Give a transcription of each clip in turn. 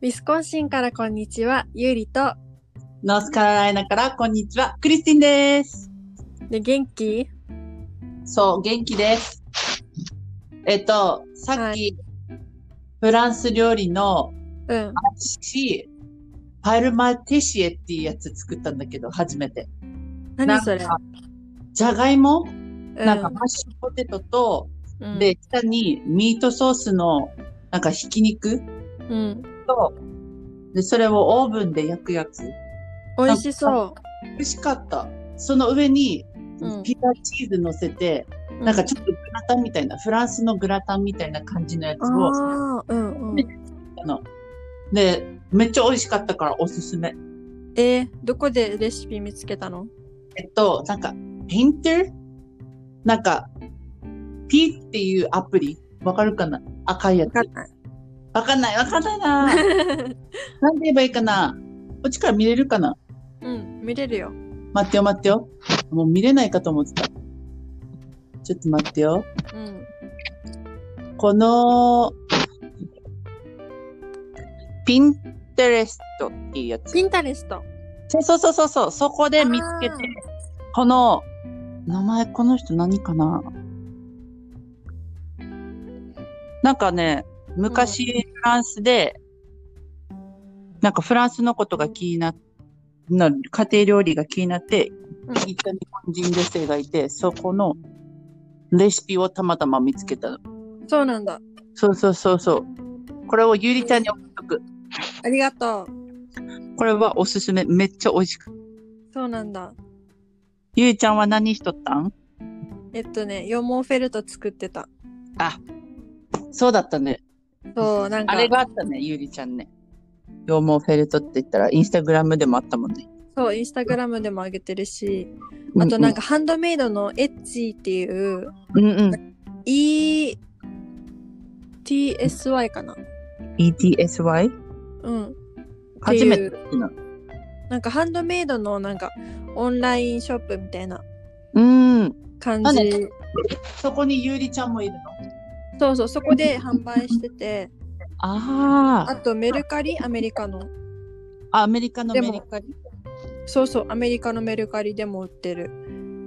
ウィスコンシンからこんにちは、ゆりと。ノースカロライナからこんにちは、クリスティンです。で、元気そう、元気です。えっと、さっき、はフランス料理のうん。アシパルマテシエっていうやつ作ったんだけど、初めて。何それなんかじゃがいも、なんかうマッシュポテトと、うん、で、下にミートソースの、なんかひき肉うん。と、で、それをオーブンで焼くやつ。美味しそ美味しかった。その上に、うんピザチーズ乗せて、う。なんかちょっとグラタンみたいな、フランスのグラタンみたいな感じのやつうをん、作っああ、うんうん。たの。で、めっちゃ美味しかったからおすすめ。 えー、どこでレシピ見つけたのえっと、なんか、Painter? なんか、P っていうアプリ。わかるかな赤いやわつか。んない。わかんない、わかんな いななんて言えばいいかなこっちから見れるかなうん、見れるよ。待ってよ、待ってよ。もう見れないかと思ってた。ちょっと待ってよ。うん。この、Pinterest っていうやつ。ピンタレスト。そうそうそうそうそう、そこで見つけあて、この、名前この人何かななんかね、昔フランスで、なんかフランスのことが気になっな家庭料理が気になって、うん行った日本人女性がいて、そこのレシピをたまたま見つけたの。そうなんだ。そうそうそうそう。これをゆりちゃんに送っとく。ありがとう。これはおすすめ。めっちゃ美味しく。そうなんだ。ゆりちゃんは何しとったんえっとね、羊毛フェルト作ってた。そうだったね。そう、なんか、あれがあったね、ゆりちゃんね。羊毛フェルトって言ったら、インスタグラムでもあったもんね。そう、インスタグラムでも上げてるし、うあとなんか、かハンドメイドのエッジっていう、うんうん。 ETSY かな ETSY? うん。初めて聞くの。なんかハンドメイドのなんかオンラインショップみたいなうん。感あじね。そこにゆりちゃんもいるのそうそう、そこで販売してて、ああとメルカリ、アメリカの。あ。アメリカのメでもリカリ。そうそう、アメリカのメルカリでも売ってる。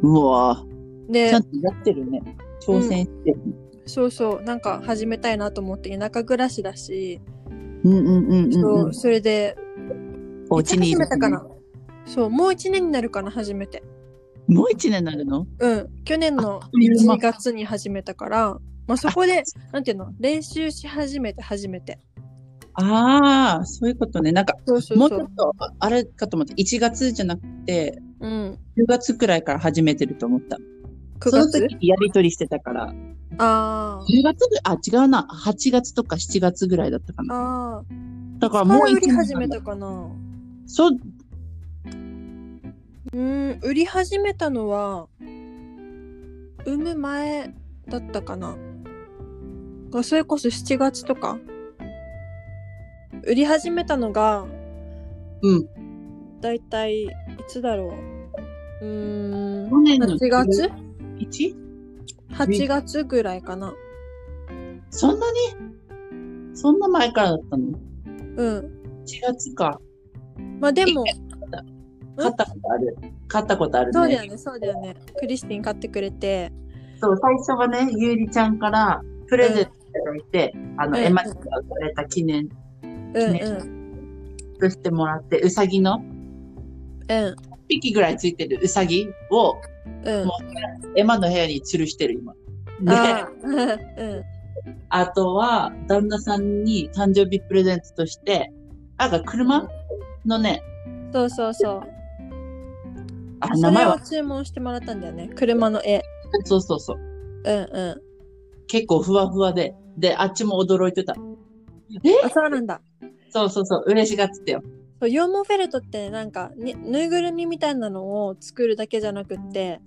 うわぁ。でちゃん、とやってるね。挑戦してるね。そうそう、なんか始めたいなと思って、田舎暮らしだし、うんうんうんうんそうんう、。それで、お家にいいつ始るめたかなそう、もう1年になるかな、初めて。もう一年になるのうん、去年のあいう間1月に始めたから、まあ、そこで、なんていうの、練習し始めて初めて。ああ、そういうことね。なんか、そうそもううちそょう。っと、ああれかと思って、1月じゃなくて、うん、 10月くらいから始めてると思った。 9その月時やりとりしてたから。あ10月ぐあ、違うな。8月とか7月ぐらいだったかあ、な。ああ。だからもういつ一売り年始なめんだたかな。そう、うん、売り始めたのは、産む前だったかな。がそれこそ7月とか。売り始めたのが、うん。だいたい、いつだろう。うーん、去年の8月 1? ?8 月ぐらいかな。そんなにそんな前からだったの ?1 うん。月か。まあでも、買ったことある。買ったことあるね。そうだよね、そうだよね。クリスティン買ってくれて、そう最初はね、ゆうりちゃんからプレゼントいただいて、あの、うんエマちゃんがくれた記念うんうん、うん。としてもらって、うさぎのうん、 1匹ぐらいついてるうさぎを、うん。もエマの部屋に吊るしてる、今。で、ああ、 うん。あとは、旦那さんに誕生日プレゼントとして、なんか車のね、そうそうそう。あ、そ名前れをは、注文してもらったんだよね。車の絵。そうそうそう。うんう結構ふわふわで。で、あっちも驚いてた。ん。あ、そうなんだ。そうそうそう、嬉しがってたよ。そう羊毛フェルトってなんかにぬいぐるみみたいなのを作るだけじゃなくって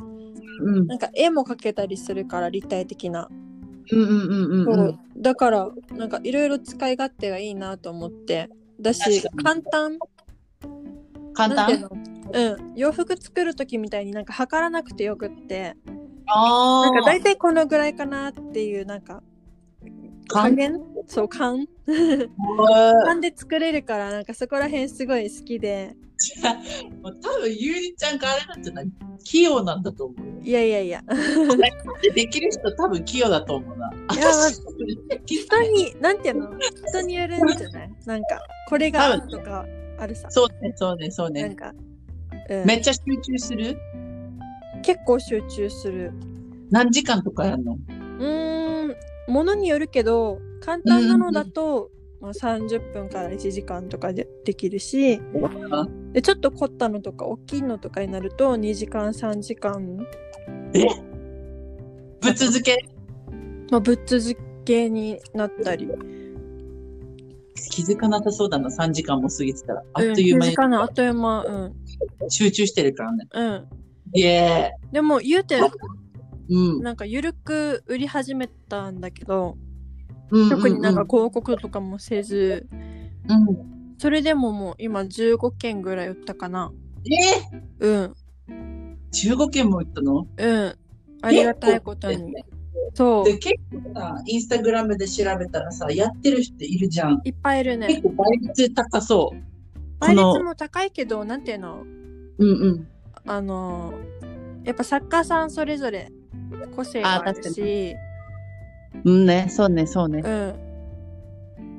うん。うんなんか絵も描けたりするから立体的な、うんうんうんうそんう。だからなんかいろいろ使い勝手がいいなと思ってだし確か簡単簡なんていう単のうん洋服作る時みたいになんか測らなくてよくってあなんかあ。大体このぐらいかなっていうなんか加簡減そう缶缶で作れるからなんかそこら辺すごい好きでもう多分ゆうりちゃんがあれなんじゃない器用なんだと思 うよ。いやいやいやでできる人多分器用だと思うな。いや私きっ人とになんていうの人によるんじゃないなんかこれがあるとかあるさそうねそうねそうなんね。か、うん、めっちゃ集中する結構集中する何時間とかやるのうーんものによるけど簡単なのだと、まあ、30分から1時間とかでできるしでちょっと凝ったのとか大きいのとかになると2時間3時間、ぶつづけまあ、ぶっ続けになったり気づかなさそうだな3時間も過ぎてたらあっという間んに気づかないあっという間うん集中してるからね。うんいえでも言うてうん。なんか緩く売り始めたんだけどうんうん特になんか広告とかもせずうんうんそれでももう今15件ぐらい売ったかなえうんー、15件も売ったうのんありがたいことにそうで結構さインスタグラムで調べたらさやってる人いるじゃんいっぱいいるね結。構倍率高そう倍こ率のも高いけど、なんていうのうんうんあのー、やっぱ作家さんそれぞれ個性があるし、うんねそうねそうねうん。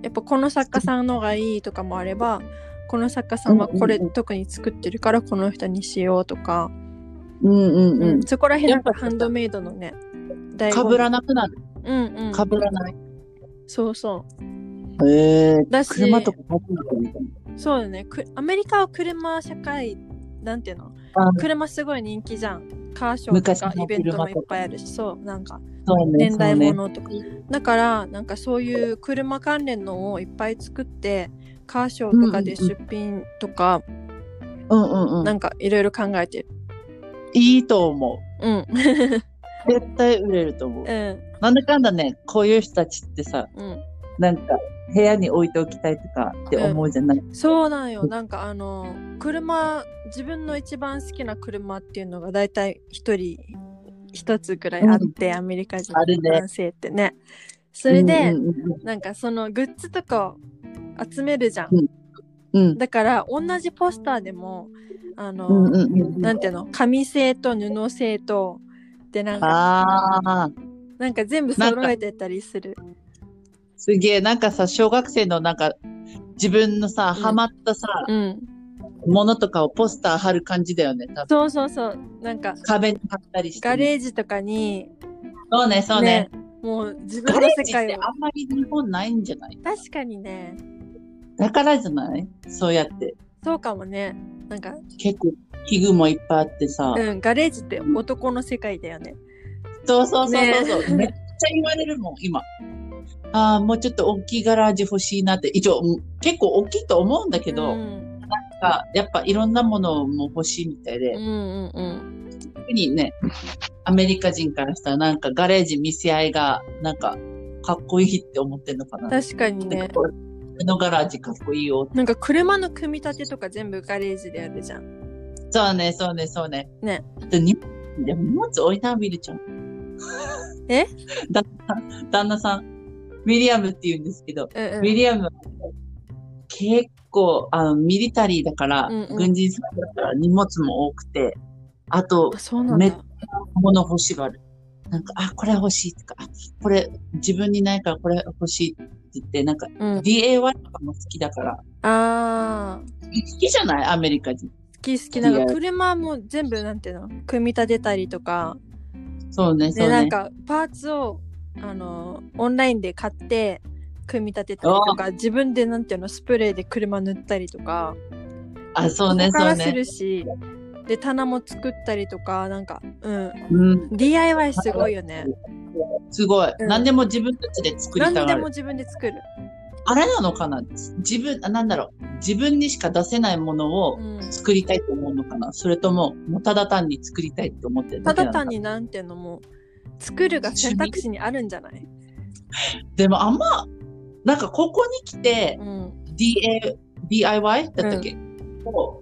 やっぱこの作家さんのがいいとかもあれば、この作家さんはこれうんうんう特に作ってるからこの人にしようとか、うんうんうんそこら辺なやんっかぱハンドメイドのね、醍醐味かぶらなくなるうんうん。かぶらないそうそう。へえだし車とかバイクとかみたいそうだね。くアメリカは車社会、なんていうのなあ車すごい人気じゃん。カーショーと昔のか車イベントもいっぱいあるし、そう、なんか。そうね年代そうね物とか、だからなんかそういう車関連のをいっぱい作ってカーショーとかで出品とか、うんうんうなんんかいろいろ考えてるいいと思ううん 絶対売れると思ううんなんだかんだねこういう人たちってさうんなんか部屋に置いておきたいとかって思うじゃない、そうなんよなんかあの車自分の一番好きな車っていうのが大体一人一つくらいあって、アメリカ人あるねの男性ってねそれで、うんうんうんなんかそのグッズとかを集めるじゃん、うんだから同じポスターでもあの、うんうんうんうなんんていうの紙製と布製とでなんかああなんか全部揃えてたりするすげえ、なんかさ、小学生のなんか、自分のさ、うんハマったさ、うんものとかをポスター貼る感じだよね、多分。そうそうそうなんか壁に貼ったりして。ガレージとかにそうね、そうね。もう自ガ分レのー世ジって界をあんまり日本ないんじゃない確かにねだからじゃないそうやって。そうかもねなんか、結構、器具もいっぱいあってさ。うん、ガレージって男の世界だよねそうそうそうそうそねう、めっちゃ言われるもん、今。ああ、もうちょっと大きいガラージ欲しいなって。一応、うん結構大きいと思うんだけうど、ん、あやっぱいろんなものも欲しいみたいで。うんうんうん特にね、アメリカ人からしたらなんかガレージ見せ合いがなんかかっこいいって思ってんのかな。確かになんねかこれこのガラージかっこいいよ。なんか車の組み立てとか全部ガレージでやるじゃんそうね、そうね、そうね。ね。で、荷物でも荷物置いたら見るちゃん。え 旦那さん、旦那さん、ウィリアムって言うんですけど、うんウうィんリアムは結構、あの、ミリタリーだから、うんうん軍人さんだから荷物も多くて、あとあ、そうなんめだっ物欲しがる。なんか、あ、これ欲しいとか、あこれ自分にないからこれ欲しいって言って、なんかうん、 DAY とかも好きだから、ああ好きじゃないアメリカ人。好き好きなんいかや車も全部なんていうの組み立てたりとかそうね、で、そうなんね。かパーツをあのオンラインで買って組み立てたりとか自分でなんていうのスプレーで車塗ったりとかあ、そうね、他そうらすね。るし、で棚も作ったりとかなんかうんうん。 DIY すごいよねすごい。うん何でも自分たちで作り何たでがもる。自分で作る、あれなのかな自分、あなんだろう。自分にしか出せないものをうん、作りたいと思うのかなそれとも、もうただ単に作りたいって思ってるただだけなのか単になんていうのもう作るが選択肢にあるんじゃない、でもあんま、なんかここに来て、うん、 DA DIY だったっけ、を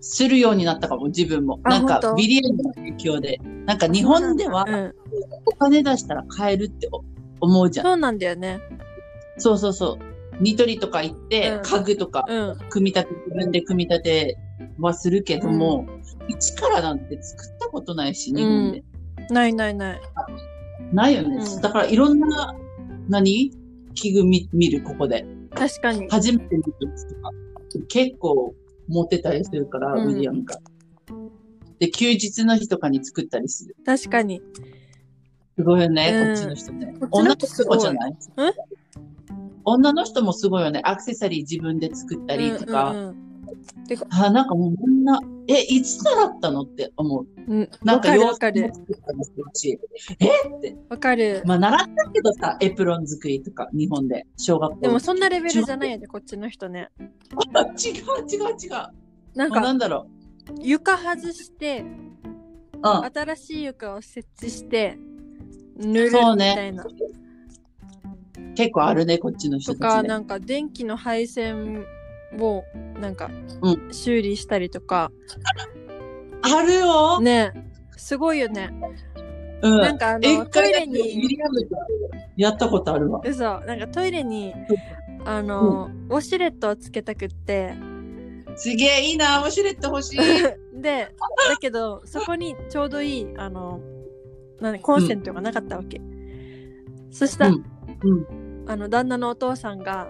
するようになったかも、自分も。あなんか本当、ビリヤードの影響で。なんか、日本ではうん、お金出したら買えるって思うじゃん。そうなんだよねそうそうそう。ニトリとか行って、うん家具とか、うん。組み立て、自分で組み立てはするけども、一からなんて作ったことないし、日本で。ないないない。ないよね。うんだからいろんな、何器具見見る、ここで。確かに。初めて見たやつとか、結構持ってたりするから、うんウィリアムが。で、休日の日とかに作ったりする。確かに。すごいよね、うんこっちの人ね。こっちの女人のす人ごいじゃない女の人もすごいよね。アクセサリー自分で作ったりとか。うんうんあ、なんかもうみんな、え、いつ習ったのって思う。うん。なわんかかる洋わか服るも。作ったりするし。わかる。まあ習ったけどさ、エプロン作りとか、日本で、小学校。でもそんなレベルじゃないよね、こっちの人ね。あ違う違う違う。なんあなかんだろ床外して、う。うん。新しい床を設置して、塗るみそうねたいな。結構あるね、こっちの人とたちか、ね。なんか電気の配線を、なんかう、修理したりとか。あるよ、ねすごいよね。うん。なんかあえの、トイレにミ。リアムがやったことあるわ。嘘なんかトイレにあの、ウォシュレットをつけたくってすげえ、いいな、ウォシュレット 欲しい。でだけどそこにちょうどいいあのなんコンセントがなかったわけ、そしたら、うんうんあの旦那のお父さんが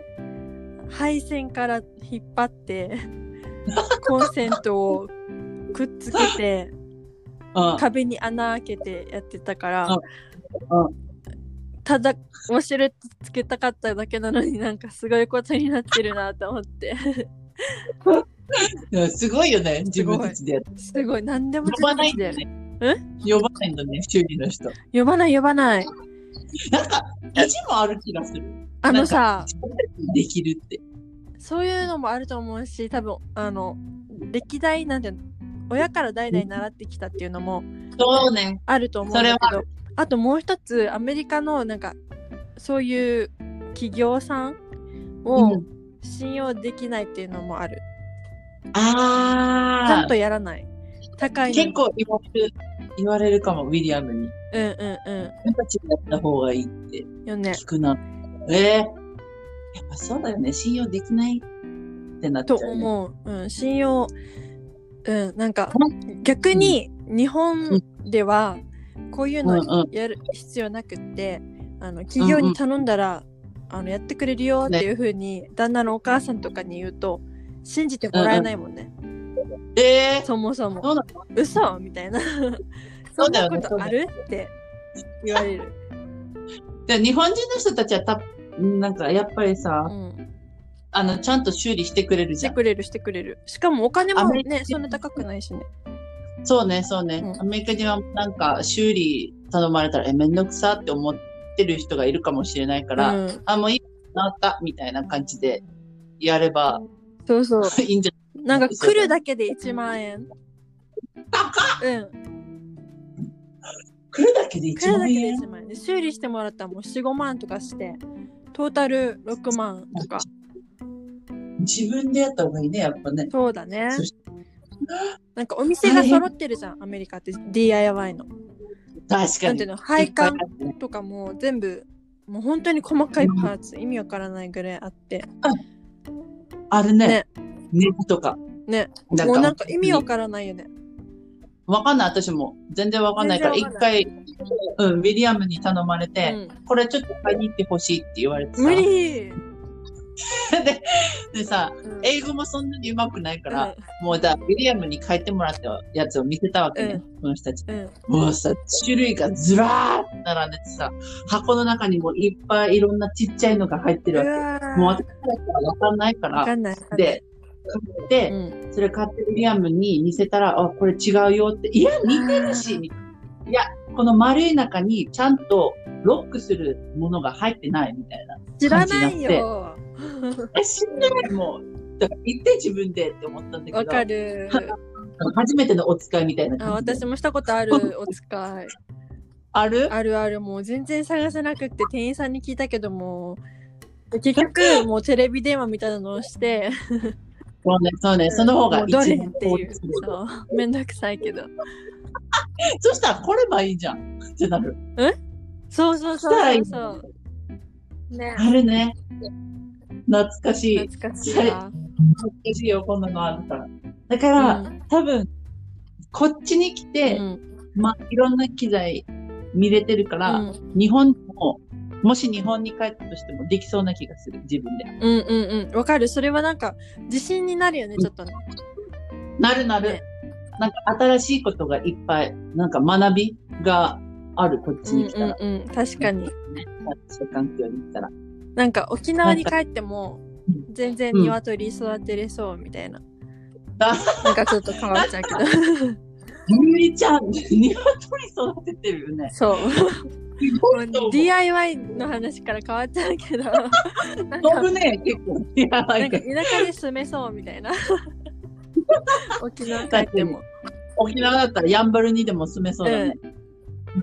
配線から引っ張って コンセントをくっつけてうん。壁に穴開けてやってたから、うんうただウォシュレットつけたかっただけなのになんかすごいことになってるなと思って うんすごいよね、自分たちでやって。すごい何でも呼ばないんだでよね。呼ばないんだね、修理の人。呼ばない呼ばないなんか、意地もある気がする。あのさ自分たちでできるって。そういうのもあると思うし多分あの歴代なんていうの親から代々習ってきたっていうのもそうね。あると思うんだそけどあともう一つアメリカのなんかそういう企業さんうをん。信用できないっていうのもある、ちゃあんとあ。やらない高いの結構言われる、言われるかも、ウィリアムに。うんうんう自分たちでやった方がいいってんよね聞くな。ええやっぱそうだよね、信用できないってなっちゃとう、ね。思う、うん、信用うんなんか逆に日本ではこういううんのうやる必要なくって、あの企業に頼んだら、あのやってくれるよっていう風に旦那のお母さんとかに言うと信じてもらえないもんね、ええそもそそもうな嘘みたいな そそうんなだよこねとある、って言われる、ので日本人の人たちはた、なんかやっぱりさ、うん、あの、ちゃんと修理してくれるしじてゃん。くれるしてくれるしかもお金もアメリねそんな高くないしねそうね、そうね。うんアメリカ人はなんか修理頼まれたら、え、めんどくさって思ってる人がいるかもしれないから、うん、あ、もういい、なった、みたいな感じでやればそうそう いいんじゃなんか来るだけで1万円。うん。来るだけで来る1だ万けで円1万円。で修理してもらったらもう4、5万とかして、トータル6万とか。自分でやった方がいいね、やっぱね。そうだねそし。なんかお店が揃ってるじゃん、アメリカって DIY の。確かなんていにう。の、配管いっぱいあるねとかも全部、もう本当に細かいパーツ、意味わからないぐらいあって。あるねね。ネッとか。ね。なもうなんか意味わからないよね。わかんない、私も。全然わかんないから、全一然わかんない回、うん、ウィリアムに頼まれて、うんこれちょっと買いに行ってほしいって言われてさ。無理、ででさ、うん英語もそんなに上手くないから、うもうだ、ウィリアムに書いてもらったやつを見せたわけね、この人たち。んうんもうさ、種類がずらーって並んでてさ、箱の中にもいっぱいいろんなちっちゃいのが入ってうるわわけ。ーもう私からしたらわかんないか。わからんない。わかんない、で、で、うん、それ買ってウィリアムに見せたら、あ、これ違うよって。いや、似てるし。みたいないや、この丸い中にちゃんとロックするものが入ってないみたいな。知らないよ。え、死んでるもう。だから言って自分でって思ったんだけど。わかる。初めてのお使いみたいなあ感じで。私もしたことあるお使いあるあるあるもう全然探せなくって店員さんに聞いたけども結局もうテレビ電話みたいなのをしてそうね、そうね。その方もがう一どれっ番ていう効率そうめんどくさいけどそしたらこればいいじゃん。ってなる。そうそうそうそうそうねあるね。懐かしい。懐懐かしいわ。かしいよ、こんなのあるから。だから、多分、こっちに来て、うんまあ、いろんな機材見れてるから、うん日本も、もし日本に帰ったとしてもできそうな気がする、自分で。うんうんうん。わかる。それはなんか、自信になるよね、ちょっとね。なるなる。ねなんか新しいことがいっぱい、なんか学びがある、こっちうんに来たら。うんうん。確かに。社環境に行ったら。なんか、沖縄に帰ってもうん、全然鶏育てれそうみたいな。あなんかちょっと変わっちゃうけど。 ゆりちゃん、 鶏育ててるよね。そう。すごいとも思う DIY の話から変わっちゃう けど。なんかう。飛ぶね、結構。やばなんいかけど。田舎で住めそうみた いな。沖縄帰っても。沖縄だったらやんばるにでも住めそうだね。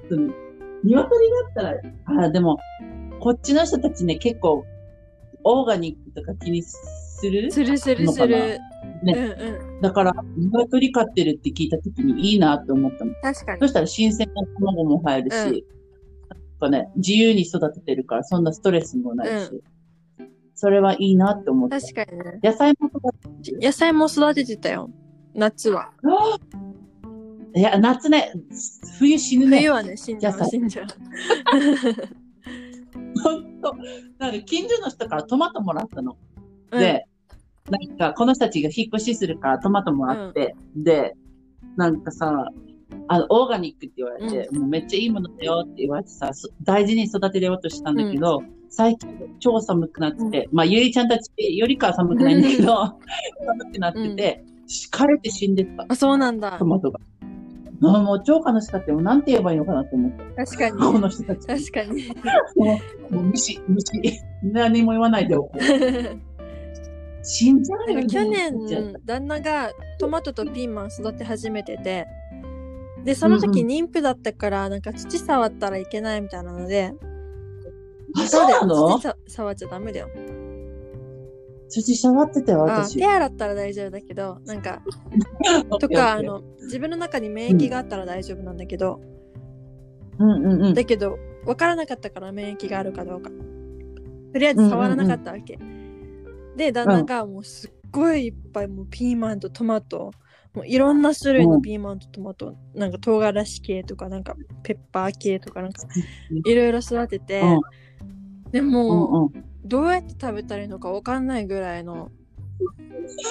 うん。鶏だったら、あ、でも、こっちの人たちね、結構、オーガニックとか気にするするするする。ねうんうん。だから、鶏飼ってるって聞いた時にいいなって思ったの。確かにそ。したら新鮮な卵も入るし、うんなんかね、自由に育ててるからそんなストレスもないし、それはいいなって思った。確かにね。野菜も育ててる。野菜も育ててたよ。夏は。あーいや、夏ね、冬死ぬね冬。はね、死んじゃ野う、菜死ん じゃう。本当なんか近所の人からトマトもらったの。うん、で、なんかこの人たちが引っ越しするからトマトもらって、で、なんかさ、あの、オーガニックって言われて、もうめっちゃいいものだよって言われてさ、そ大事に育てようとしたんだけど、最近超寒くなってて、まあ、ゆりちゃんたちよりかは寒くないんだけど、 寒くなってて、疲れて死んでった、あ、そうなんだト。マトが。あもう超悲しかったよ。なんて言えばいいのかなと思って。確かに。この人たち。確かに。もう無視、無視。何も言わないでおこう。死んじゃうよね。去じゃあ年、旦那がトマトとピーマン育て始めてて、で、その時うん妊婦だったから、なんか土触ったらいけないみたいなので、あ、そうなの土さ触っちゃダメだよ。土触ってたよ、あ私手。洗ったら大丈夫だけど、なんか、とか、あオッケー、の、自分の中に免疫があったら大丈夫なんだけど、うんうんうん。だけど、分からなかったから免疫があるかどうか。とりあえず触らなかったわけ。で、旦那がもうすっごいいっぱいもうピーマンとトマト、もういろんな種類のピーマンとトマト、なんか唐辛子系とか、なんかペッパー系とか、なんかいろいろ育てて、うんでも、うんうん、どうやって食べたらいいのか分かんないぐらいの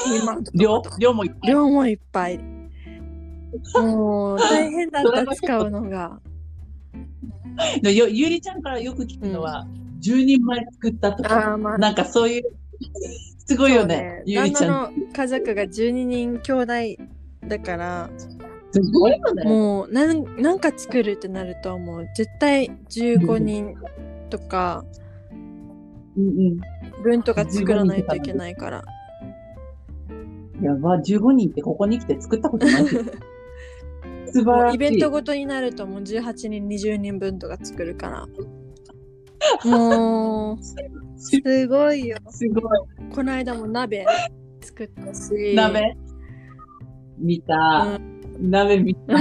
ピーマンとトマ量ト。量もいっぱい。量もいっぱい。もう 大変だった、使うのが。でよゆりちゃんからよく聞くのは、10人前作ったとか、ああ、まあ、なんかそういう、すごいよね、ゆり旦ち那ゃん。の家族が12人兄弟だから、すごいよね。もうなんなんか作るってなると、もう絶対15人とかうんう分とか作らないといけないから。ん。やば、15人ってここに来て作ったことない。素晴もらうしい。イベントごとになるともう18人、20人分とか作るから。もう、すすごいよ。すごこの間も鍋作ったし。い。鍋、見た。鍋見 た。う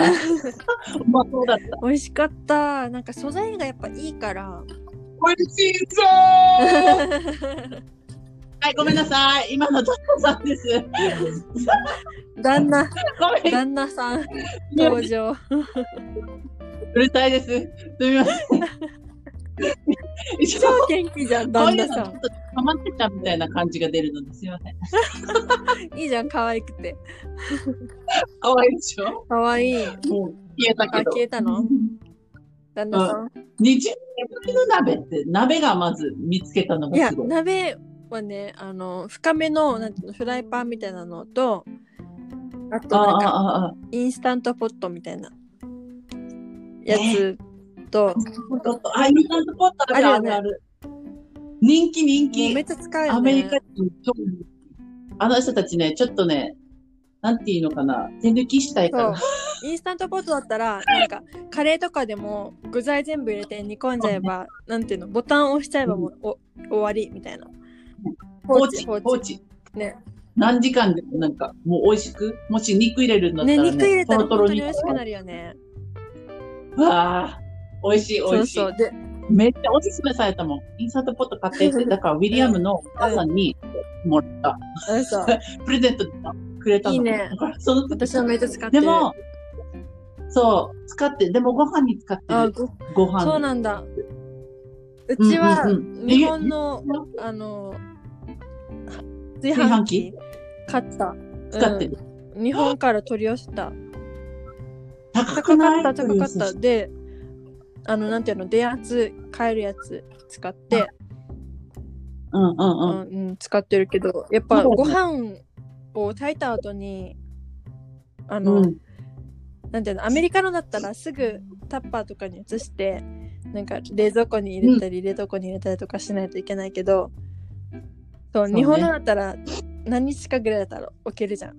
まそうだった。美味しかったなんか素材がやっぱいいから 美味しそうはい、ごめんなさい。今のトッさんです。旦那ごめん旦那さん登 場うるさいです。すみません。一応、超元気じゃんこう旦い那うのちょさっと溜まってたみたいな感じが出るのですみません。んいいじゃん可愛くて可愛いでしょ可愛いもう消えたけあど。消えたの旦那さん、 ?20 年ぶりの鍋って、鍋がまず見つけたのいがやすごい。鍋はねあの深めのなんていうのフライパンみたいなのとあとあなんあかあああ。インスタントポットみたいなやつと、ちょっと、あ、インスタントポットあるああるよねるある。人気人もう気。めっちゃ使うよ、ね、アメリカ人と、あの人たちね、ちょっとね、なんていうのかな、手抜きしたいかそうら。。インスタントポットだったら、なんか、カレーとかでも具材全部入れて煮込んじゃえば、なんていうの、ボタンを押しちゃえばもう、お終わりみたいな。放置、放置放置。ね。何時間でもなんか、もう美味しく、もし肉入れるんだったね、ら、ね、肉入れたら本トロトロ当にに美味しくなるよね。わあ、美味しい、美そう味しい。そう。で、めっちゃおすすめされたもん。インサートポット買ってって、だからウィリアムのお母さんにもらった。嘘。プレゼントくれたの。いいねだからその時私はめっちゃ使ってでる。も、そう、使って、でもご飯に使ってある。ごご飯そうなんだ。うちは、うんうんうん日本のえうん、あの、炊炊飯器器買った。使ってる。うん日本から取り寄せた。高く高なかいった、高かっというた。寿司で、あの、なんていうの、電圧変えるやつ使って、うんうんううん。んうん、使ってるけど、やっぱご飯を炊いた後に、あの、うんなんていうのアメリカのだったらすぐタッパーとかに移してなんか冷蔵庫に入れたり冷凍庫に入れたりとかしないといけないけど、そうそうね日本のだったら何日かぐらいだったら置けるじゃん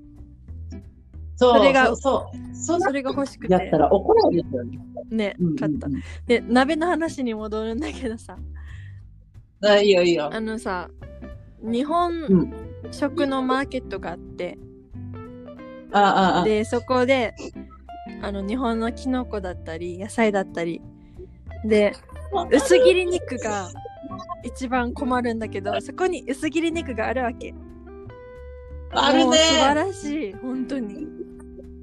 そう、それがそうそう。そそのれが欲しくやってたら怒られるよね。ねうんうんうん買った、で鍋の話に戻るんだけどさあいいよいいよ。あのさ日う本食のマーケットがあって、あああ。でそこであの日本のキノコだったり野菜だったりで薄切り肉が一番困るんだけどそこに薄切り肉があるわけあるもうね。素晴素らしい本当に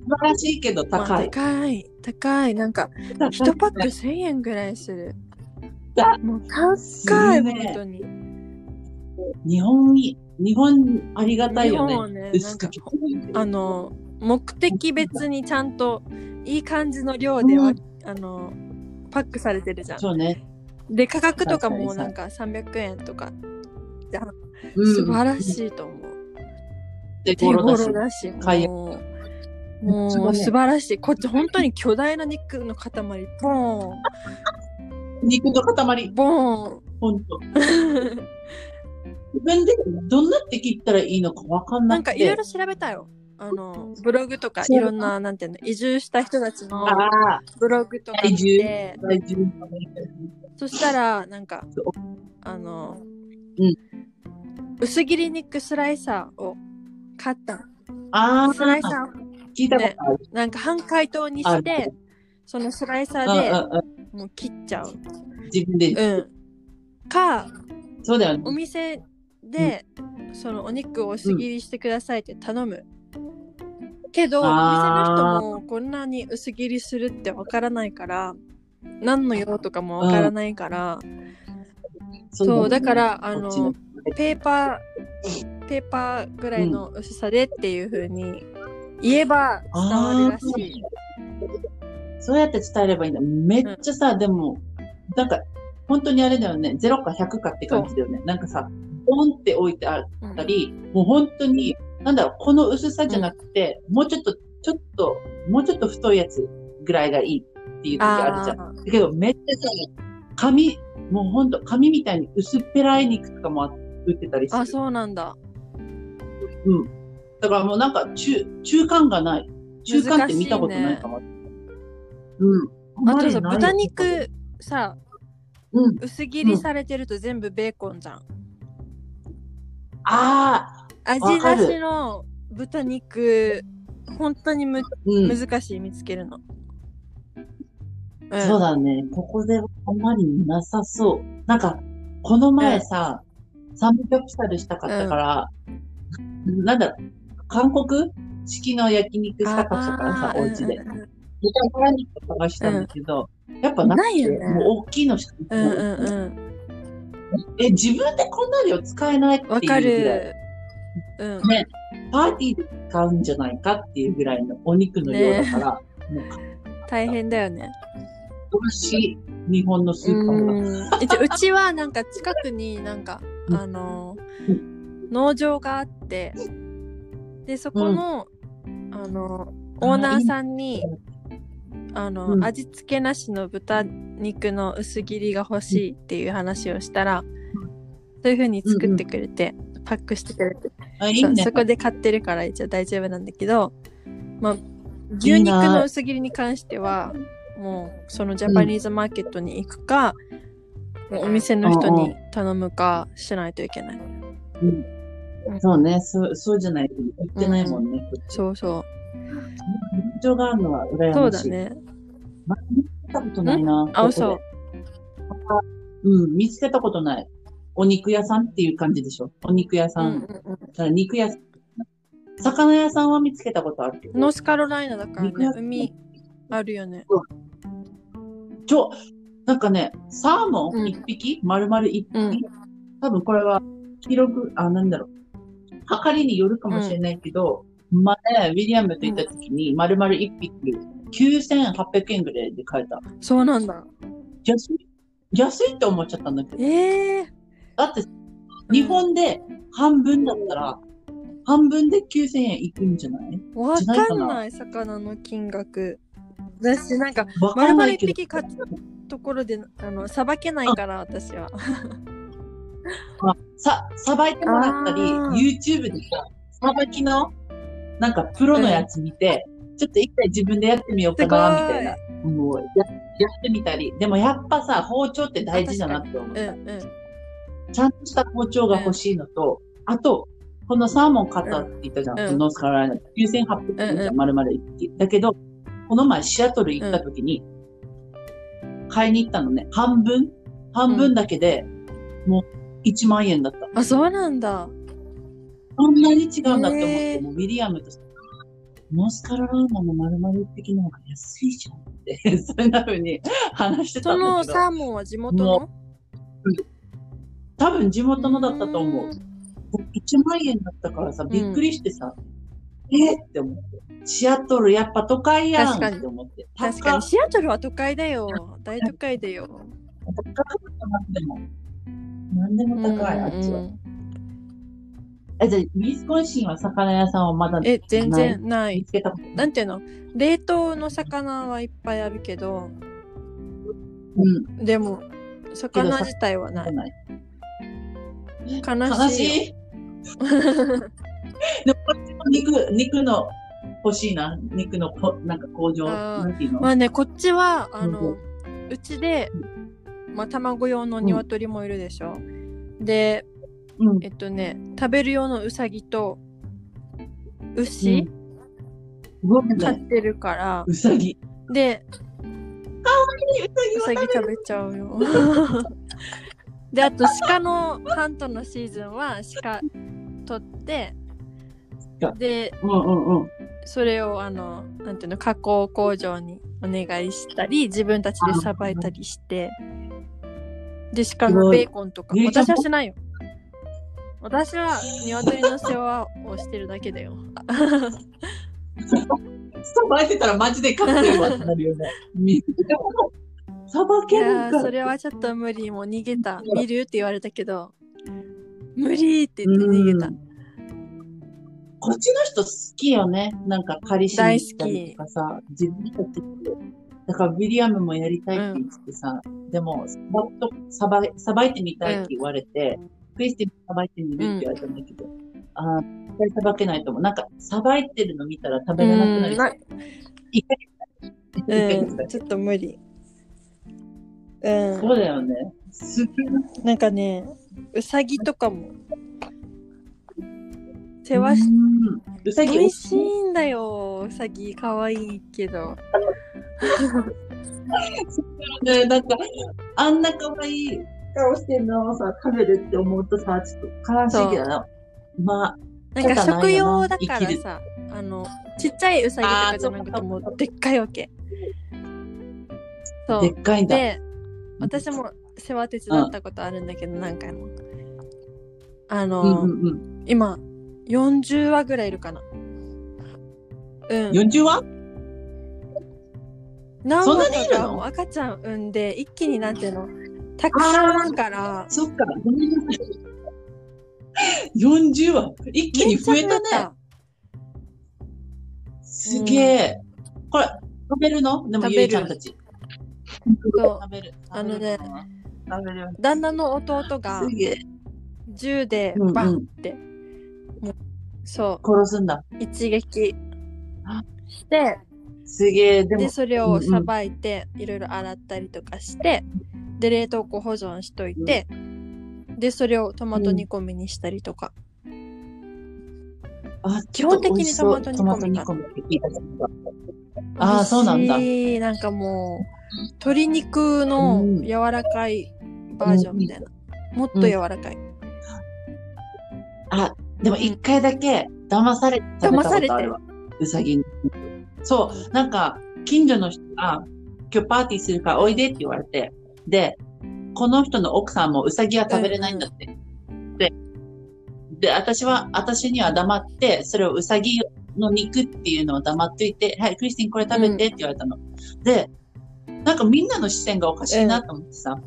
晴らしいけどまあ高い。高い高いなんか高い1パック1000円ぐらいするだもうす高いる本ね。当に日本に、日本ありがたい日よ本はねね。なん薄かく切っあの目的別にちゃんといい感じの量では、うんあのパックされてるじゃんそうね。で価格とかも確かなにんか300円とかうん素晴らしいと思う、手手頃だし頃。だし、買いもう、めっちゃもごうめん素晴らしい。こっち本当に巨大な肉の塊、ボー肉の塊ン、。ボーン。ほんと。自分でどんなって切ったらいいのかわか んななんくかて。いろいろ調べたよ。あの、ブログとか、いそうろんな、なんていうの、移住した人たちのああ、ブログとか見て、大丈夫。そしたら、なんかそう、あの、うん薄切り肉スライサーを買った。あスライあ、サーを聞いたことある。なんか半解凍にあしるて、そのスライサうんーうんうでもう切っちゃう。ん。自分で。うん。か、そうだよおね。店で、そのお肉を薄切りしてくださいって頼む、けどお店のあー人もこんなに薄切りするってわからないから何の用とかもわからないから、そうだからあこのっちのペーパーペーパーぐらいの薄さでっていう風に言えば伝わるらしい、そうやって伝えればいいんだ。めっちゃさ、でも、なんか、本当にあれだよね。0か100かって感じだよね。なんかさ、ボンって置いてあっうんたり、もう本当に、なんだろう、この薄さじゃなくて、もうちょっと、ちょっと、もうちょっと太いやつぐらいがいいっていう時あるじゃん。だあーけど、めっちゃさ、紙、もう本当紙みたいに薄っぺらい肉とかも売ってたりする。あそうなんだうん。だからもうなんか中、中間がない。中間って見たことないかも。うん。あとさんまりな豚い肉さうん。薄切りされてると全部ベーコンじゃんああ、味なしの豚肉本当にむ、うん。難しい見つけるの、うんそうだね。ここではあまりなさそう。なんか、この前さ、サムギョプサルしたかったから、なんだろう、韓国式の焼肉したかったからさ、あーお家で。うんうんう豚バラ肉とかしたんだけど、やっぱなくないて、よねもう大きいのしかない。んうんうんえ、自分でこんな量使えないってわかいうぐらい。るうんパーティーで使うんじゃないかっていうぐらいのお肉の量だから、大変だよね美味しい日本のスうーパーが。んうちうちはなんか近くになんかうんあの農場があってでそこの、あのオーナーさんにあの、うん味付けなしの豚肉の薄切りが欲しいっていう話をしたら、そういう風に作ってくれて、パックしてくれてあ、いいそうねそ。こで買ってるから一応大丈夫なんだけど、まあ、牛肉の薄切りに関してはもうそのジャパニーズマーケットに行くか、もうお店の人に頼むかしないといけない、そうね、そう、そうじゃないと売ってないもんね。こっちそうそ農場があるのはう羨そうまだしい。ねまあ見たことないな。あここで嘘うん、見つけたことない。お肉屋さんっていう感じでしょ。お肉屋さうんうん。んうんだから肉屋さん。魚屋さんは見つけたことあるけど。ノースカロライナだから肉屋ね、さん海あるよね。ちょ、なんかね、サーモうんン一匹、丸々一匹、うん多分これは、記録、あ、なんだろう。測りによるかもしれないけど、前、ウィリアムと行った時に、丸々一匹、9800円ぐらいで買えた。そうなんだ。安い安いって思っちゃったんだけど。ええだって、日本で半分だったら、半分で9000円いくんじゃないわじゃないかかんなない、魚の金額。私、なんか、わかんないけど。丸々一ところで、あの、さばけないから、私は。さ、さばいてもらったり、あー YouTube でさ、さばきの、なんかプロのやつ見て、ちょっと一回自分でやってみようかな、すみごいたいな。もうや、やってみたり。でもやっぱさ、包丁って大事だなって思うんう。うん。ちゃんとした包丁が欲しいのと、あと、このサーモン買ったって言ったじゃん。うんそのノースカロライナ。9800円じうんゃん、丸々一匹。だけど、この前シアトル行った時に、買いに行ったのね。半分半分だけで、もう1万円だった。あ、そうなんだ。こんなに違うんだって思って、へーもうウィリアムとノースカロライナの丸々一匹の方が安いじゃんって、 そんな風に話してたそんだのけど、サーモンは地元の多分地元のだったと思う。1万円だったからさ、びっくりしてさ、えーって思って。シアトルやっぱ都会やんって思って。確かに、高シアトルは都会だよ。大都会だよ。高かったなでも。なんでも高い、あっちうは。んえ、じゃあ、ウィスコンシンは魚屋さんはまだえ、全然な見い。つけたことない。なんていうの冷凍の魚はいっぱいあるけど、うん、でも、魚自体はない。ない。悲し悲いよ。 しい。でもこっちも肉、肉の欲しいな。肉のこ、なんか工場、あーなんていうの、まあね、こっちは、あうの、うちで、まあ、卵用の鶏もいるでしょ。で、うんえっとね、食べる用のウサギと、牛、動く飼ね。ってるから、うさぎ。で、ううささぎぎは食べちゃう よ。で、あと鹿のハントのシーズンは鹿取って鹿、で、 うんうんうん。それをあの、なんていうの、加工工場にお願いしたり、自分たちでさばいたりして、で、鹿のベーコンとかすご、い私はしないよ。私は鶏の世話をしてるだけだよ。さばいてたらマジでかっこいいわってなる よね。みさばいけるやんか。ーそれはちょっと無理、もう逃げた。見るって言われたけど、無理って言って逃げたう。んこっちの人好きよね。なんか彼氏に行ったりとかさ、自分たちで。だからウィリアムもやりたいって言ってさ、でも、さばっとさばさばいてみたいって言われて、クリスティンさばいてみるって言われたんだけど、ああ、絶対さばけないと思う。なんか、さばいてるの見たら食べれなくななる。一回一回一うん、回ちょっと無理。うそうだよね。すっげえん、なんかね、うさぎとかも。世話しうんうさて、ぎ美味しいんだよ、うさぎ。かわいいけど。ね、なんか、あんな可愛い顔してんのをさ、食べるって思うとさ、ちょっと悲しいけどな、まあ、なんか仕方食ないよ用なだか生きらるさ、あの、ちっちゃいうさぎとかじゃなくあて、ーもうでっかいわけ。そでう。っかいんだ。で、私も世話手伝ったことあるんだけど、何回も。あうんの、うんうん。今、40羽ぐらいいるかな。うん。 40は何そん話なにいとるかのもう赤ちゃん産んで一気になんていうのたくさんからそっか、ごめんなさい。40は一気に増えためっちゃね。すげえ。これ、食べるのでも、食べるゆいちゃんたち。そう食べる。あのね食べるよね。旦那の弟がすげえ。銃でうんうんバンって、もうそ殺すんだ。う一撃あしてすげえ。ででも、それをさばいて、いろいろ洗ったりとかしてで冷凍庫保存しといて、でそれをトマト煮込みにしたりとか、あ基本的にトマト煮込みトマト煮込みって聞いたことあるあー、そうなんだ。美味しいなんかもう鶏肉の柔らかいバージョンみたいな。もっと柔らかい。あ、でも一回だけ騙されて食べたことあるわ。うさぎに。そう、なんか、近所の人が、今日パーティーするからおいでって言われて、で、この人の奥さんもうさぎは食べれないんだって。で、で、私は、私には黙って、それをうさぎの肉っていうのを黙っといて、はい、クリスティンこれ食べてって言われたの。で、なんかみんなの視線がおかしいなと思ってさ、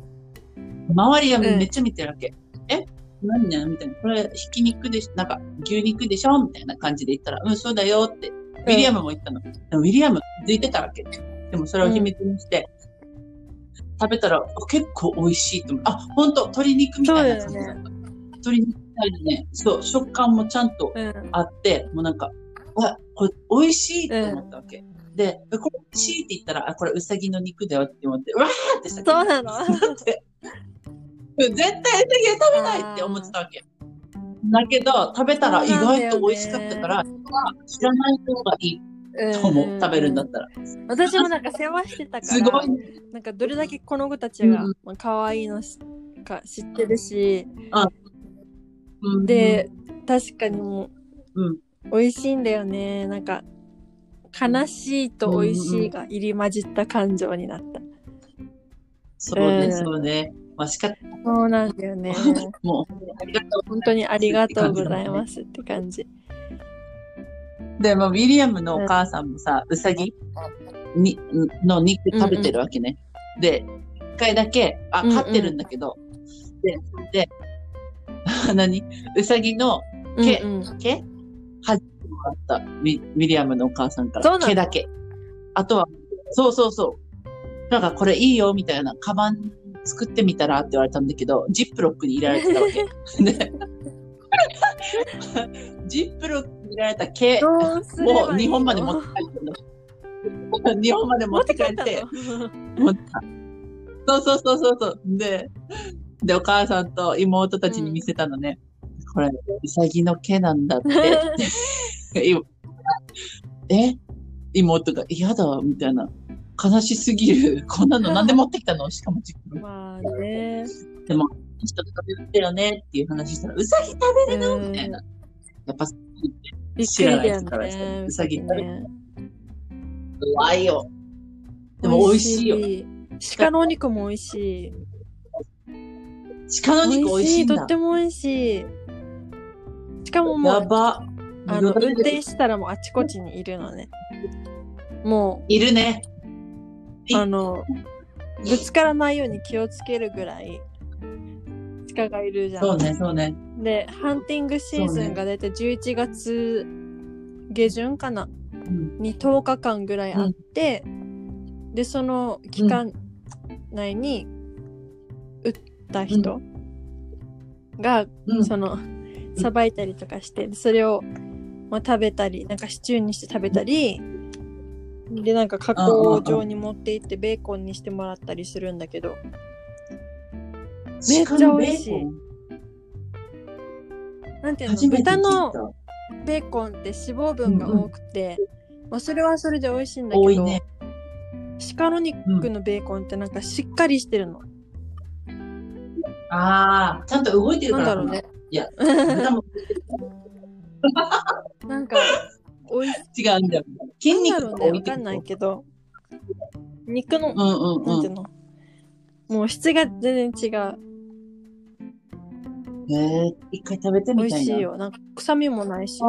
周りがめっちゃ見てるわけ。え何なのみたいな。これ、ひき肉でし、なんか、牛肉でしょみたいな感じで言ったら、うん、そうだよって、ウィリアムも言ったの。でもウィリアム気づいてたわけ。でもそれを秘密にして、食べたら、あ結構美味しいと思う。あ、ほんと、鶏肉みたいな感じだった。鶏肉みたいなね、そう、食感もちゃんとうん。うん。あって、もうなんか、わ、これ美味しいと思ったわけ。で、えこれ美味しいって言ったら、あ、これうさぎの肉だよって思って、うわーってさ、そうなの絶対うさぎは食べないって思ってたわけ。だけど、食べたら意外と美味しかったから、知らない方がいい と思う、食べるんだったら。私もなんか世話してたからすごい、なんかどれだけこの子たちがうんまあ可愛いのしか知ってるし、うん、で、確かにもううん、美味しいんだよねなんか悲しいと美味しいが入り混じった感情になった、そううね、んそうね。まあ、仕方ないそうなんだよねもう、ありがとう本当にありがとうございますって感じでも、ウィリアムのお母さんもさ、うさぎにの肉食べてるわけね。で、一回だけ、あ、うんうん飼ってるんだけど、で、 で、何うさぎのけうんうん毛初めてもらったウィ、ウィリアムのお母さんかそうなら、の毛だけ。あとは、そうそうそう。なんか、これいいよ、みたいな、カバン作ってみたらって言われたんだけど、ジップロックに入れられてたわけ。でジップロックに入れられた毛。どうすればいいのもう日本まで持って帰ってんの日本まで持って帰って、 持った。そうそうそうそうそう。で、で、お母さんと妹たちに見せたのね。これ、うさぎの毛なんだって。 今え妹が嫌だ、みたいな。悲しすぎ る。こんなのなんで持ってきたのしかも自分まあねちょっと食べるんだよねっていう話したら、うさぎ食べるのみたいな。やっぱ、びっくりだよ知らない人からしたねらうさぎ食べね怖いよ。でも美味しいよ。鹿のお肉も美味しい鹿の肉美味しいんとだ。っても美味しいしかももやうば。あのいろ運いろ転したらもうあちこちにいるのねもいるね。うあのぶつからないように気をつけるぐらい鹿がいるじゃんそうね、そうね。でハンティングシーズンが大体11月下旬かな、んに10日間ぐらいあって、でその期間内に撃った人が、うん。そのさばいたりとかしてそれを、まあ、食べたりなんかシチューにして食べたりでなんか加工場に持って行ってベーコンにしてもらったりするんだけどめっちゃ美味しい鹿のベーコンなんていう初のめて聞いた豚のベーコンって脂肪分が多くて、まあ、それはそれで美味しいんだ多けいど、ね。鹿の肉のベーコンってなんかしっかりしてるの、ああ、ちゃんと動いてるなかんだろうらかな。ねいや豚もなんか美味し違うんだよ。筋いんだ肉ろとうねかわ置いてかるんないけど肉の、うんうんなんう。ていうんのもう質が全然違うえー、一回食べて美み味たいしな。いウよなんか臭みもないし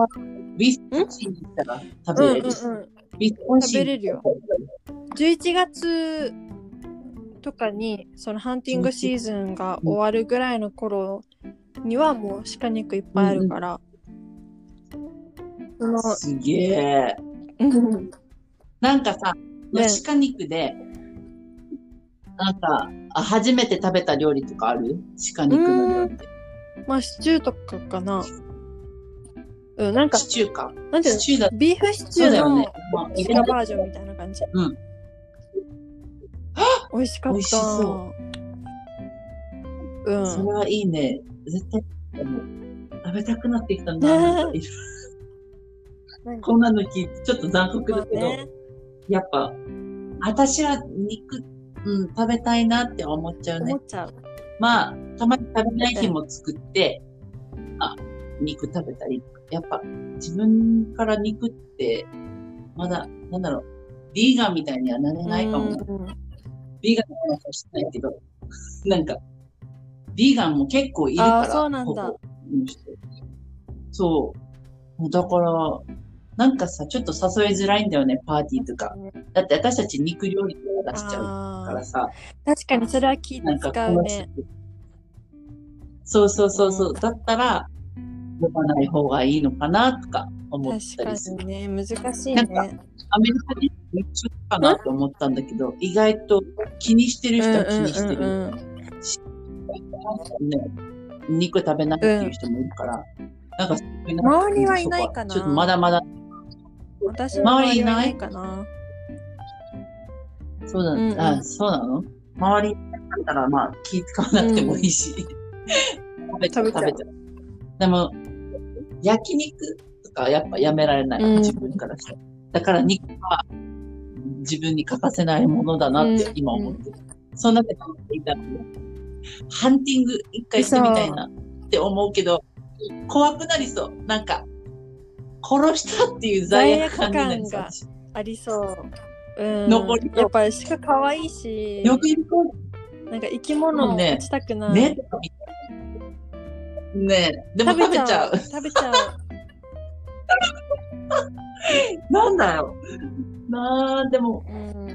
ィスキーに行ったらうんうん食べれうる。んビ美味し食いべれるよ11月とかにそのハンティングシーズンが終わるぐらいの頃にはもう鹿肉いっぱいあるから、そすげえ。のなんかさ、ね鹿肉で、なんか、あ初めて食べた料理とかある鹿肉の料理って。まあシチューとかかなうんなんかシチューか。なんていうシチューだのビーフシチそュうだーよのね。まあ、いろん鹿なバージョンみたいな感じうん美味しかっ美味したそうそれんはいいね。絶対、食べたくなってきたんねだ。えなんかいろいろなんか こんなの聞いて、ちょっと残酷だけど、まあねやっぱ、私は肉、うん、食べたいなって思っちゃう思ねっ。ちゃうまあ、たまに食べない日も作って、あ、肉食べたり、やっぱ自分から肉って、まだ、なんだろう、ビーガンみたいにはなれないかも。うんビーガンの話はしてないけど、 なんか、ビーガンも結構いるから、あーそうなんだここの人そう。だから、なんかさ、ちょっと誘いづらいんだよね、パーティーとか。だって私たち肉料理を出しちゃうかあらーさ、確かにそれは気なんか使こうのね。そうそうそうそうう。んだったら、呼ばない方がいいのかなとか思った確かりする。にね、難しいなねん。かアメリカ人めっちゃかなと思ったんだけど、意外と気にしてる人は気にしてうんうる。んうんうんね、肉食べないっていう人もいるから、なんかそういうのが周りはいないかなちょっとまだまだ、私の周りはいないかな。そうだ、うんうんあ、そうなの周りだったら、まあ、気使わなくてもいいし、食べちゃ食う、べちゃう食べちゃう。でも、焼肉とかやっぱやめられない、うん自分からしたら。だから肉は自分に欠かせないものだなって今思ってる。そんなこと言っていたら、ハンティング一回してみたいなって思うけど、怖くなりそう。なんか、殺したっていう罪悪感になり罪悪そう感。がありそう。うん、残りやっぱり鹿可愛いし、よくいる子なんか生き物をね打ちたくない。ねねでも食べちゃう。食べちゃう。 なんだよ。なあ、でも、うん、う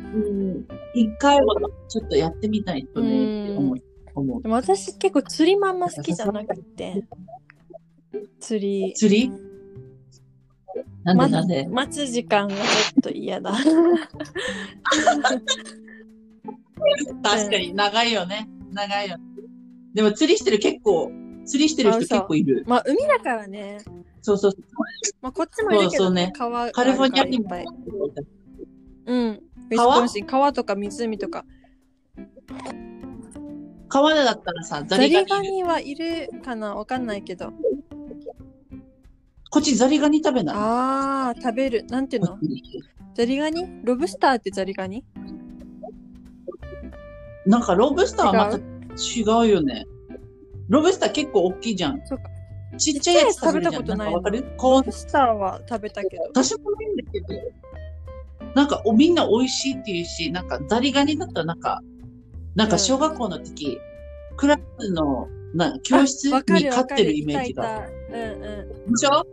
ん、一回はちょっとやってみたいとね、って思う。思うでも私結構釣りまんま好きじゃなくて、釣り。釣りなんでなんで、待つ時間がちょっと嫌 だ。確かに長いよね。長いよね。でも釣りしてる結構、釣りしてる人結構いる。まあ海だからね、そうそうまあこっちもいるけそうそど、うね川カリフォルニアいにっもぱい。うん。ウィス川コンシン川とか湖とか。川だったらさ、ザザリガリニガいる。ニはいるかなわかんないけど。こっちザリガニ食べないああ、食べる。なんていうのザリガニロブスターってザリガニなんかロブスターはまた違うよね。ロブスター結構大きいじゃん。そうかちっちゃいやつ食べるじゃん。ちっちゃいやつ食べたことないんかわかるコーロンブスターは食べたけど。私もないんだけど、なんかおみんな美味しいっていうし、なんかザリガニだったらなんか、なんか小学校の時、クラスの、な教室わかにる飼わっかてる。るイいメたージいが。た。うんうでしょ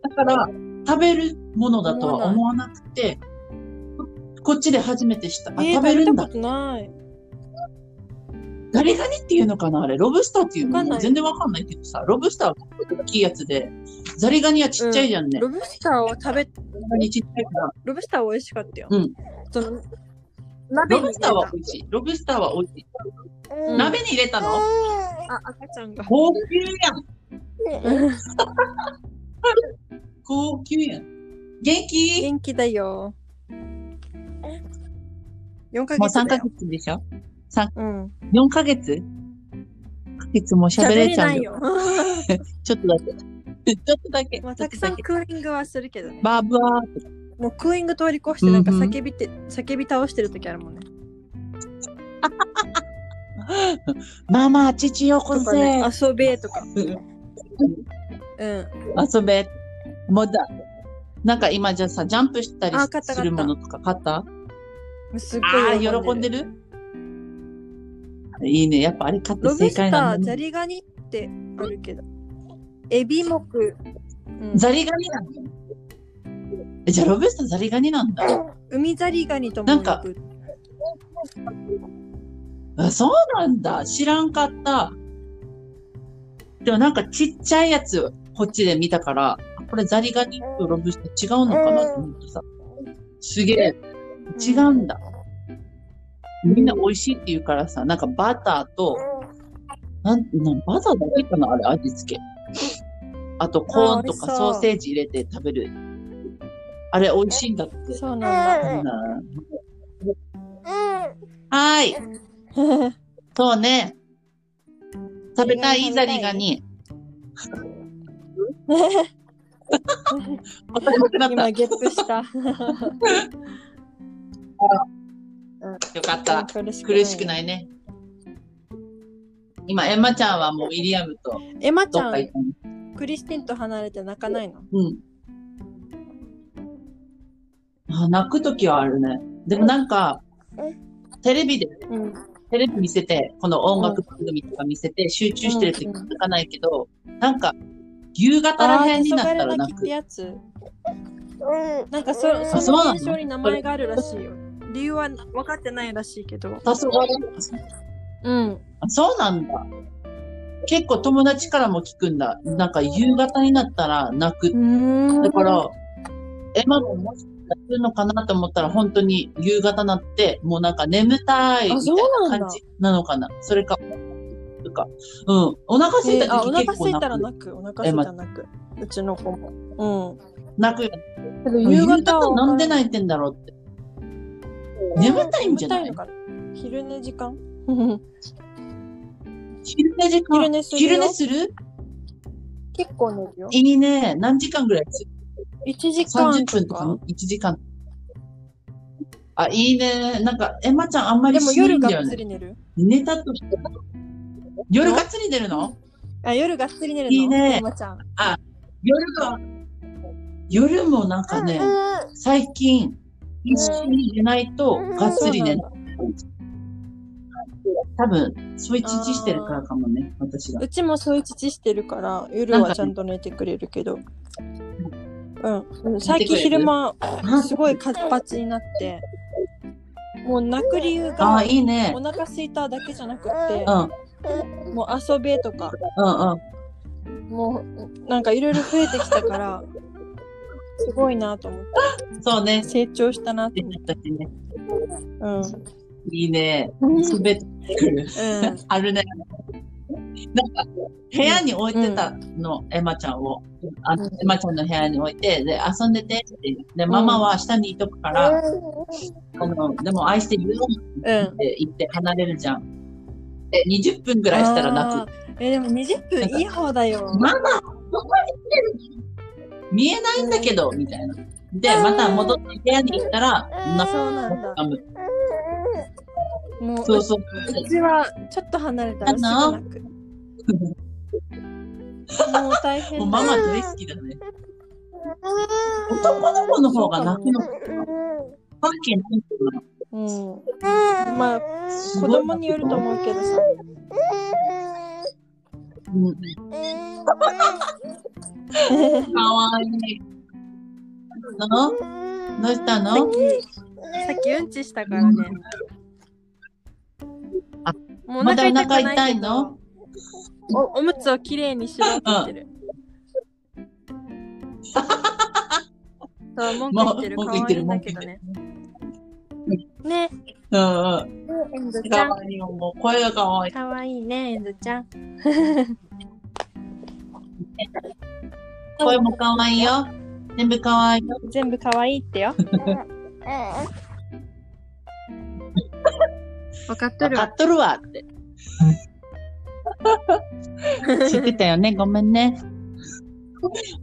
だから、食べるものだとは思わなくて、こっちで初めて知った。ん。あ、えー、食食べべたるんこだ。とない。ザリガニっていうのかなあれ、ロブスターっていうわかのんない全然わかんないけどさ、ロブスターは大きいやつで、ザリガニはちっちゃいじゃんね。ロブスターは食べ、ザリガニちっちゃいから。ロブスターは美味しかったよ。うん。その、鍋ロに入れブスタたーは美味しい。ロブスターは美味しい。うん鍋に入れたのあ、赤ちゃんが。高級やん。高級やん。元気元気だよ。4ヶもう月3だヶよ。月でしょうん。 ?4 ヶ月ヶ月も喋れちゃうよ。よ。 ちょっとだけ。ちょっとだけ。まあ、たくさんクーリングはするけどね。バーブは もうクーリング通り越してなんかうんうん叫びて、叫び倒してる時あるもんね。ママ、父よことかせね、。遊べとか。うん。遊べ。もうだ。なんか今じゃあさ、ジャンプしたりあ買ったするものとか買ったすっあごあ、い喜んでる。喜んでるいいね。やっぱあれ買ってロブ正スタ解なんー、だザね。リガニってあるけど。エビ目。うんザリガニなんだ。えじゃあロブスターザリガニなんだ。海ザリガニともなんか呼ぶあそうなんだ。知らんかった。でもなんかちっちゃいやつ、こっちで見たから、あこれザリガニとロブスター違うのかなと思ってさ。すげえ。違うんだ。みんな美味しいって言うからさ、なんかバターと、なんなんバターだけかなあれ、味付け。あとコーあンとか美味しそうソーセージ入れて食べる。あれ、美味しいんだって。そうなんだ。うんはーい。そうね。食べたい、ザリガニ。答えなくなった。今ゲップした。よかった。苦し 苦しくい。ないね。今、エマちゃんはもうウィリアムとエマちどゃっか行ん、ったの。クリスティンと離れて泣かないのうん。あ泣くときはあるね。でもなんかう、テレビで、うん。テレビ見せて、この音楽番組とか見せて、集中してるとき泣かないけど、なんか、夕方らああー、辺に黄なった昏ら泣泣きってく。やつ。うん。なんかそあそそうなのの現象に名前があるらしいよ。理由は分かってないらしいけど。黄昏うん。あそうなんだ。結構友達からも聞くんだ。なんか夕方になったら泣く。だから、エマももしかしたら泣くのかなと思ったら本当に夕方なって、もうなんか眠たいみあたそいうななんだ感じなのかな。それか、とか。うん。お腹空いえたーあ、お時腹結空構いた泣らく。泣く。お腹空いたら泣く。うちの子も。うん。泣くよね。けど夕夕方方はなんで泣いてんだろうって。眠たいんじゃない眠たいのかな昼寝時間昼寝時間。昼寝するよ昼寝する結構寝るよ。いいね。何時間ぐらいする1時間 ?30 と分とかか。 ?1 時間。あ、いいね。なんか、エマちゃんあんまでりもしない夜んだがよっつね。り寝る。寝たとしても夜がっつり出るのあ、夜がっつり寝るのいいねエマちゃん。夜が、夜もなんかね、最近、一緒に寝ないとがっつり寝ない。多分、そういう父してるからかもね、私が。うちもそういう父してるから、夜はちゃんと寝てくれるけど。うんうん。最近昼間、すごい活発になって、もう泣く理由ああ、が、いいねお。腹空いただけじゃなくってう、ん、うん、うん。もう遊べとか、あもうなんかいろいろ増えてきたから、すごいなと思っそうねて、。成長したなと出思ってたしね。て。いいね。うん。すべてくる。うん、あるね。なんか、部屋に置いてたの、エマちゃんを。あのうんエマちゃんの部屋に置いて、で、遊んでてって。で、んママは下にいとくから、あの、でも愛してるようんっ。て言って離れるじゃん。で、20分ぐらいしたら泣く。く。え、でも20分いい方だよ。ママ、どこ行ってるの見えないんだけど、みたいな。で、また戻って部屋に行ったら、なそうなんだ。む。もう、そうそう。うちはちょっと離れたらすぐ泣く。もう大変もだうママ大好きだね。男の子の方が泣くのわけないけどうん。まあ、す子ごい供によると思う けどさ。うんかわいい。のどうしたのさっきうんちしたからね。あもまだお腹くな痛いけどのおおむつをきれいにしろって言ってる。そう文句言ってる。もう可愛文句言っているんだけどね。ね、うんうん。エンドちかゃん。わいいよ。もう声がかわいい。可愛いね、エンドちゃん。声もかわいいよ。全部かわいいよ。全部可愛いってよ。分かっわか。っとるわって。知ってたよね。ごめんね。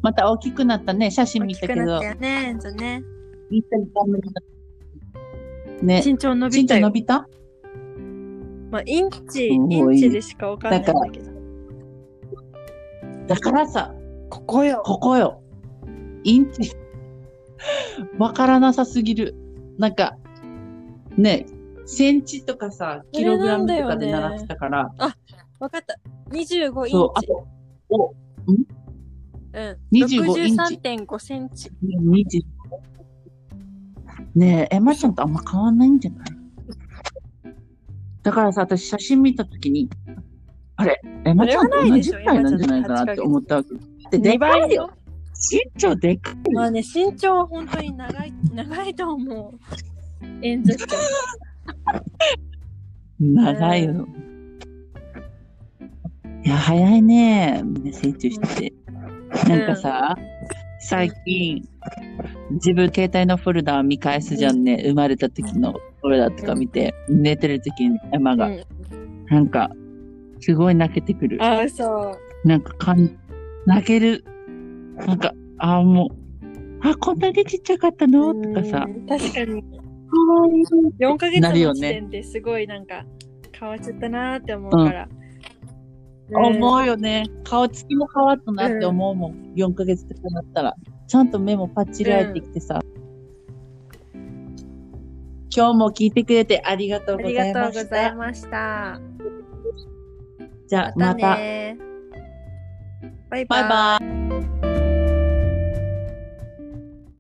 また大きくなったね。写真大見きたくけなっどた。よね、エンドね。インスタグラムにね。身長伸ちびんちたゃんよ伸。びたまあ、インチ、イすごンいチでしかわかんないんだけど。だからさ、ここよ。ここよ。インチ。わからなさすぎる。なんか、ね、センチとかさ、キログラムとかで習ってたから、わかった。25イそう、あンチ。と、お、うん。 25インチ63.5センチ。 20。ねえ、エマちゃんとあんま変わんないんじゃないだからさ、私写真見たときに、あれ、エマちゃんと同じくらいなんじゃないかなって思ったわけ。で、で2か倍いよよ。。身長でかい。まあね、身長は本当に長い、長いと思う。エンドちゃん。長いよ。いや、早いね。みんな成長してて。なんかさ、最近、自分携帯のフォルダー見返すじゃんね。生まれた時のフォルダーとか見て、寝てる時に山が、うんなんか、すごい泣けてくる。あ、そう。なんかかん、泣ける。なんか、ああ、もう、あ、こんなにちっちゃかったのとかさう、ん確かに。かわいい。 4ヶ月なるのよ時ね点ですごいなんか変わっちゃったなーって思うから、思うよね。顔つきも変わったなって思うもん。4ヶ月とかなったら。ちゃんと目もパッチリ開いてきてさ。今日も聞いてくれてありがとうあごりざいがまとうごしざいた。ました。じゃあ、また。ねバイバイ。バイバイ。